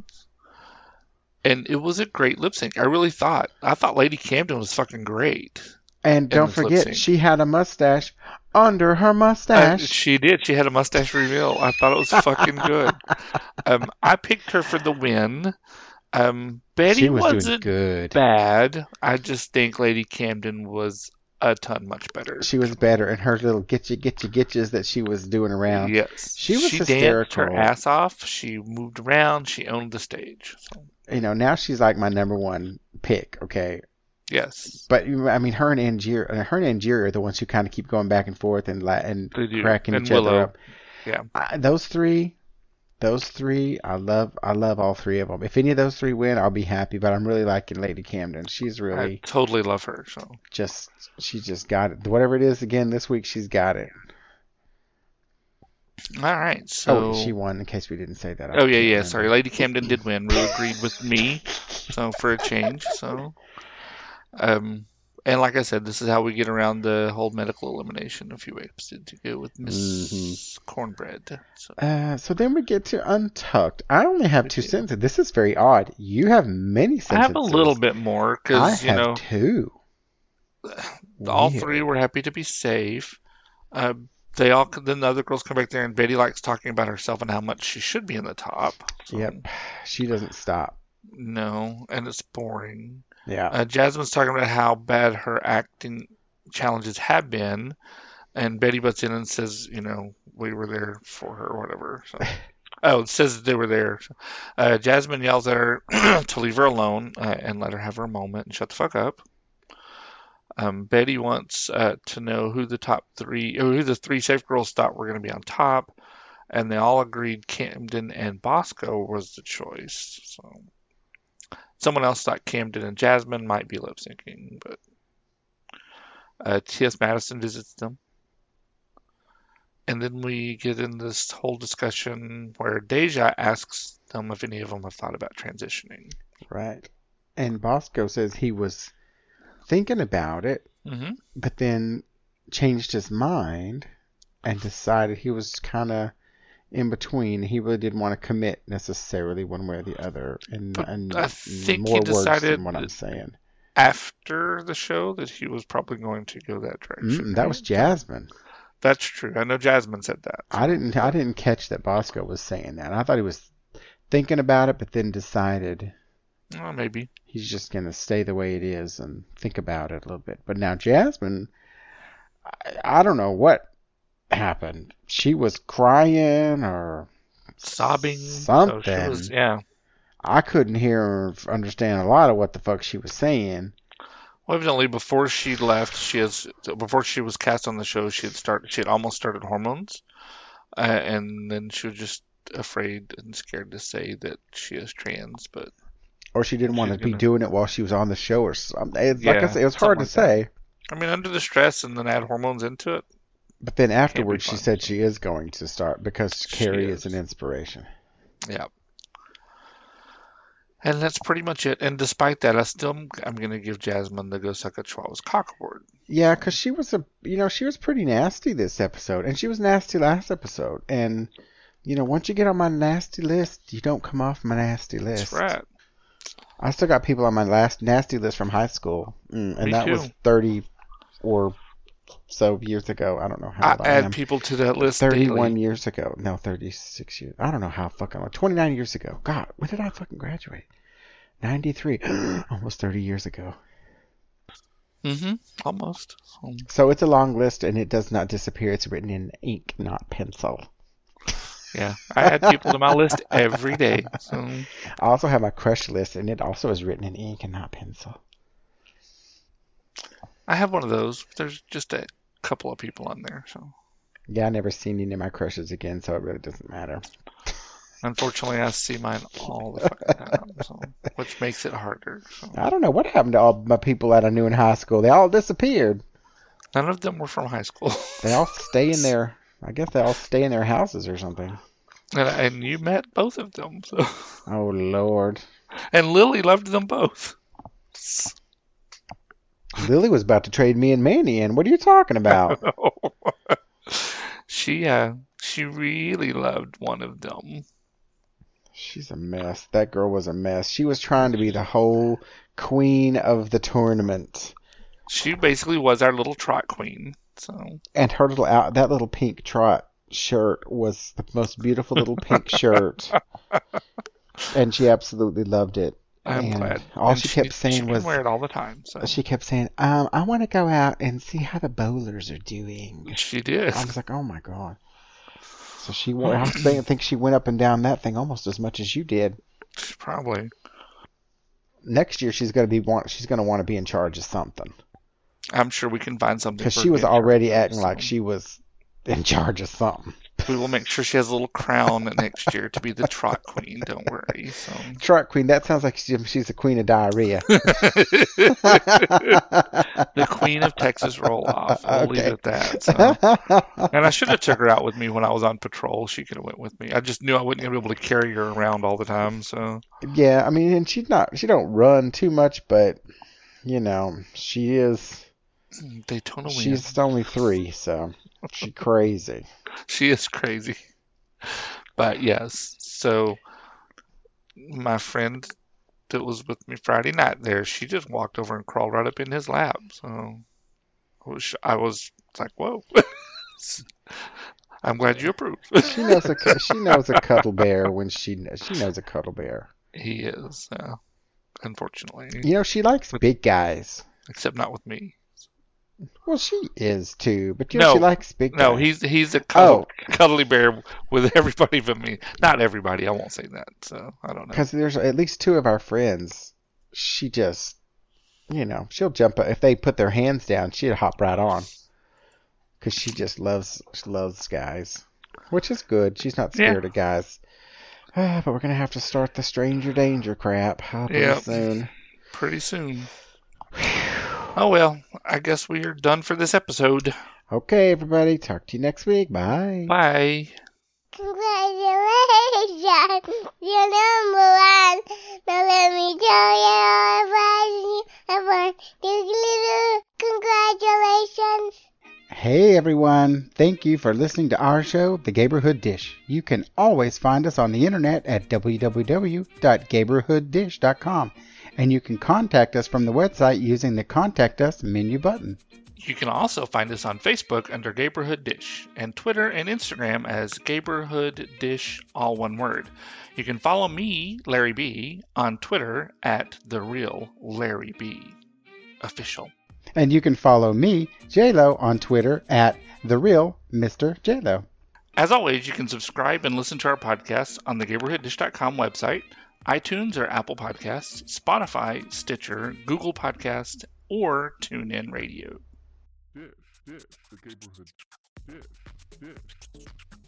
Speaker 1: And it was a great lip sync. I really thought. I thought Lady Camden was fucking great.
Speaker 2: And don't
Speaker 1: the lip
Speaker 2: forget,
Speaker 1: sync.
Speaker 2: she had a mustache under her
Speaker 1: Uh,
Speaker 2: mustache.
Speaker 1: she did. She had a mustache reveal. I thought it was fucking good. Um, I picked her for the win. Um, Betty
Speaker 2: she was doing
Speaker 1: wasn't
Speaker 2: good.
Speaker 1: bad. I just think Lady Camden was a ton much better.
Speaker 2: She was better, and her little getcha getcha getchas that she was doing around.
Speaker 1: Yes,
Speaker 2: She was
Speaker 1: danced her
Speaker 2: hysterical.
Speaker 1: ass off. She moved around. She owned the stage. So,
Speaker 2: You know, now she's like my number one pick. Okay,
Speaker 1: yes,
Speaker 2: but you- I mean, her and Angier, uh, her and Angier are the ones who kind of keep going back and forth and la- and
Speaker 1: They do.
Speaker 2: cracking
Speaker 1: And
Speaker 2: each
Speaker 1: Willow.
Speaker 2: other up.
Speaker 1: Yeah.
Speaker 2: I, those three, those three, I love. I love all three of them. If any of those three win, I'll be happy. But I'm really liking Lady Camden. She's really
Speaker 1: I totally love her. So
Speaker 2: just she just got it. Whatever it is again this week, she's got it.
Speaker 1: all right. So
Speaker 2: oh, she won. In case we didn't say that. I
Speaker 1: Oh yeah,
Speaker 2: can't
Speaker 1: yeah.
Speaker 2: remember.
Speaker 1: Sorry, Lady Camden did win. Rue agreed with me, so for a change. So, um, and like I said, this is how we get around the whole medical elimination a few episodes ago with Miss
Speaker 2: Mm-hmm.
Speaker 1: Cornbread. So,
Speaker 2: Uh, so then we get to Untucked. I only have two
Speaker 1: do.
Speaker 2: sentences. This is very odd. You have many sentences.
Speaker 1: I have a little bit more because
Speaker 2: I
Speaker 1: you
Speaker 2: have
Speaker 1: know
Speaker 2: two.
Speaker 1: all
Speaker 2: Weird.
Speaker 1: three were happy to be safe. Um, they all then the other girls come back there, and Betty likes talking about herself and how much she should be in the top. So,
Speaker 2: Yep. She doesn't stop.
Speaker 1: No, and it's boring.
Speaker 2: Yeah.
Speaker 1: Uh, Jasmine's talking about how bad her acting challenges have been, and Betty butts in and says, you know, we were there for her or whatever. So. Oh, it says that they were there. Uh, Jasmine yells at her to leave her alone uh, and let her have her moment and shut the fuck up. Um, Betty wants uh, to know who the top three, or who the three safe girls thought were going to be on top, and they all agreed Camden and Bosco was the choice. So someone else thought Camden and Jasmine might be lip syncing, but uh, T.S. Madison visits them. And then we get in this whole discussion where Deja asks them if any of them have thought about transitioning.
Speaker 2: right. And Bosco says he was thinking about it,
Speaker 1: Mm-hmm.
Speaker 2: but then changed his mind and decided he was kind of in between. He really didn't want to commit necessarily one way or the other. And,
Speaker 1: But
Speaker 2: and
Speaker 1: I think he
Speaker 2: more words
Speaker 1: decided
Speaker 2: than what I'm
Speaker 1: that-
Speaker 2: saying.
Speaker 1: After the show, that he was probably going to go that direction.
Speaker 2: Mm, that was Uh, Jasmine.
Speaker 1: that's true. I know Jasmine said that.
Speaker 2: I didn't I didn't catch that Bosco was saying that. I thought he was thinking about it, but then decided
Speaker 1: Well, maybe.
Speaker 2: he's just gonna stay the way it is and think about it a little bit. But now Jasmine, I, I don't know what happened. She was crying, or
Speaker 1: Sobbing. So she was,
Speaker 2: Something.
Speaker 1: yeah.
Speaker 2: I couldn't hear or understand a lot of what the fuck she was saying.
Speaker 1: Well, evidently, before she left, she has before she was cast on the show, she had started she had almost started hormones, uh, and then she was just afraid and scared to say that she is trans. But
Speaker 2: Or she didn't want
Speaker 1: She's
Speaker 2: to be
Speaker 1: gonna-
Speaker 2: doing it while she was on the show or something. It's like I
Speaker 1: Yeah,
Speaker 2: said, it was hard to
Speaker 1: something
Speaker 2: say.
Speaker 1: I mean, under the stress and then add hormones into it.
Speaker 2: But then afterwards, she
Speaker 1: fun.
Speaker 2: said she is going to start because
Speaker 1: She
Speaker 2: Carrie is.
Speaker 1: is.
Speaker 2: an inspiration.
Speaker 1: Yeah. And that's pretty much it. And despite that, I still am- I'm gonna give Jasmine the go suck at Chihuahua's cockboard.
Speaker 2: Yeah, because she was a you know she was pretty nasty this episode, and she was nasty last episode, and you know once you get on my nasty list, you don't come off my nasty list.
Speaker 1: That's right.
Speaker 2: I still got people on my last nasty list from high school, mm, and
Speaker 1: Me
Speaker 2: that was
Speaker 1: too.
Speaker 2: thirty or so years ago. I don't know how
Speaker 1: I
Speaker 2: old I,
Speaker 1: add
Speaker 2: am.
Speaker 1: people to that list
Speaker 2: Thirty-one
Speaker 1: daily.
Speaker 2: years ago, no, thirty-six years. I don't know how fucking long. Twenty-nine years ago. God, when did I fucking graduate? Ninety-three, almost thirty years ago.
Speaker 1: Mm-hmm. Almost. Um,
Speaker 2: So it's a long list, and it does not disappear. It's written in ink, not pencil.
Speaker 1: yeah. I add people to my list every day. So.
Speaker 2: I also have my crush list, and it also is written in ink and not pencil.
Speaker 1: I have one of those. There's just a couple of people on there, so
Speaker 2: Yeah, I never seen any of my crushes again, so it really doesn't matter.
Speaker 1: unfortunately, I see mine all the fucking time, so which makes it harder. So.
Speaker 2: I don't know what happened to all my people that I knew in high school. They all disappeared.
Speaker 1: None of them were from high school,
Speaker 2: They all stay in their, I guess they all stay in their houses or something.
Speaker 1: and, and you met both of them. So,
Speaker 2: Oh Lord,
Speaker 1: and Lily loved them both.
Speaker 2: Lily was about to trade me and Manny in. What are you talking about?
Speaker 1: she uh, she really loved one of them.
Speaker 2: She's a mess. That girl was a mess. She was trying to be the whole queen of the tournament.
Speaker 1: She basically was our little trot queen. So
Speaker 2: And her little out that little pink trot shirt was the most beautiful little pink shirt, and she absolutely loved it.
Speaker 1: I'm
Speaker 2: and
Speaker 1: glad.
Speaker 2: All
Speaker 1: And
Speaker 2: she, kept saying
Speaker 1: she can
Speaker 2: was,
Speaker 1: wear it all the time. So
Speaker 2: she kept saying, um, "I want to go out and see how the bowlers are doing."
Speaker 1: she did.
Speaker 2: I was like, "Oh my god!" So she went. I think- think she went up and down that thing almost as much as you did.
Speaker 1: Probably.
Speaker 2: Next year, she's gonna be want. She's gonna want to be in charge of something
Speaker 1: I'm sure we can find something.
Speaker 2: because
Speaker 1: for
Speaker 2: she
Speaker 1: her
Speaker 2: was
Speaker 1: to get her.
Speaker 2: already acting
Speaker 1: so.
Speaker 2: like she was in charge of something.
Speaker 1: We will make sure she has a little crown next year to be the trot queen. Don't worry. So
Speaker 2: Trot queen. That sounds like she, she's the queen of diarrhea.
Speaker 1: the queen of Texas roll off. I'll leave
Speaker 2: Okay.
Speaker 1: it at that. So. And I should have took her out with me when I was on patrol. She could have went with me. I just knew I wasn't gonna be able to carry her around all the time. So
Speaker 2: Yeah, I mean, and she's not she don't run too much, but you know, she is
Speaker 1: Daytona wins.
Speaker 2: she's only three, so she crazy.
Speaker 1: She is crazy. But yes, so my friend that was with me Friday night there, she just walked over and crawled right up in his lap. So I was, I was like, whoa. I'm glad you approve.
Speaker 2: She knows a cu- she knows a cuddle bear when she kn- she knows a cuddle bear.
Speaker 1: he is, uh, unfortunately,
Speaker 2: You know, she likes big guys.
Speaker 1: except not with me.
Speaker 2: Well, she is too, but you know, she
Speaker 1: No.
Speaker 2: likes big.
Speaker 1: No,
Speaker 2: guys.
Speaker 1: he's he's a cuddle,
Speaker 2: Oh.
Speaker 1: cuddly bear with everybody but me. Not everybody. I won't say that. So I don't know.
Speaker 2: because there's at least two of our friends. She just, you know, she'll jump up if they put their hands down. She'd hop right on because she just loves she loves guys, which is good. She's not
Speaker 1: Yeah.
Speaker 2: scared of guys. Ah, but we're gonna have to start the stranger danger crap uh, pretty
Speaker 1: Yep.
Speaker 2: soon.
Speaker 1: pretty soon. Oh well, I guess we are done for this episode.
Speaker 2: Okay, everybody. Talk to you next week. Bye.
Speaker 1: Bye.
Speaker 3: Congratulations! You're number one. Now let me tell you about you. About these little congratulations.
Speaker 2: Hey everyone, thank you for listening to our show, The Gaberhood Dish. You can always find us on the internet at www.gaberhooddish.com and you can contact us from the website using the contact us menu button.
Speaker 1: You can also find us on Facebook under Gaberhood Dish and Twitter and Instagram as Gaberhood Dish, all one word. You can follow me, Larry B, on Twitter at the real Larry B official.
Speaker 2: And you can follow me, JLo, on Twitter at the real Mr. JLo.
Speaker 1: As always, you can subscribe and listen to our podcasts on the GaberhoodDish.com website, iTunes or Apple Podcasts, Spotify, Stitcher, Google Podcasts, or TuneIn Radio.
Speaker 4: Dish, dish, the neighborhood. Dish, dish.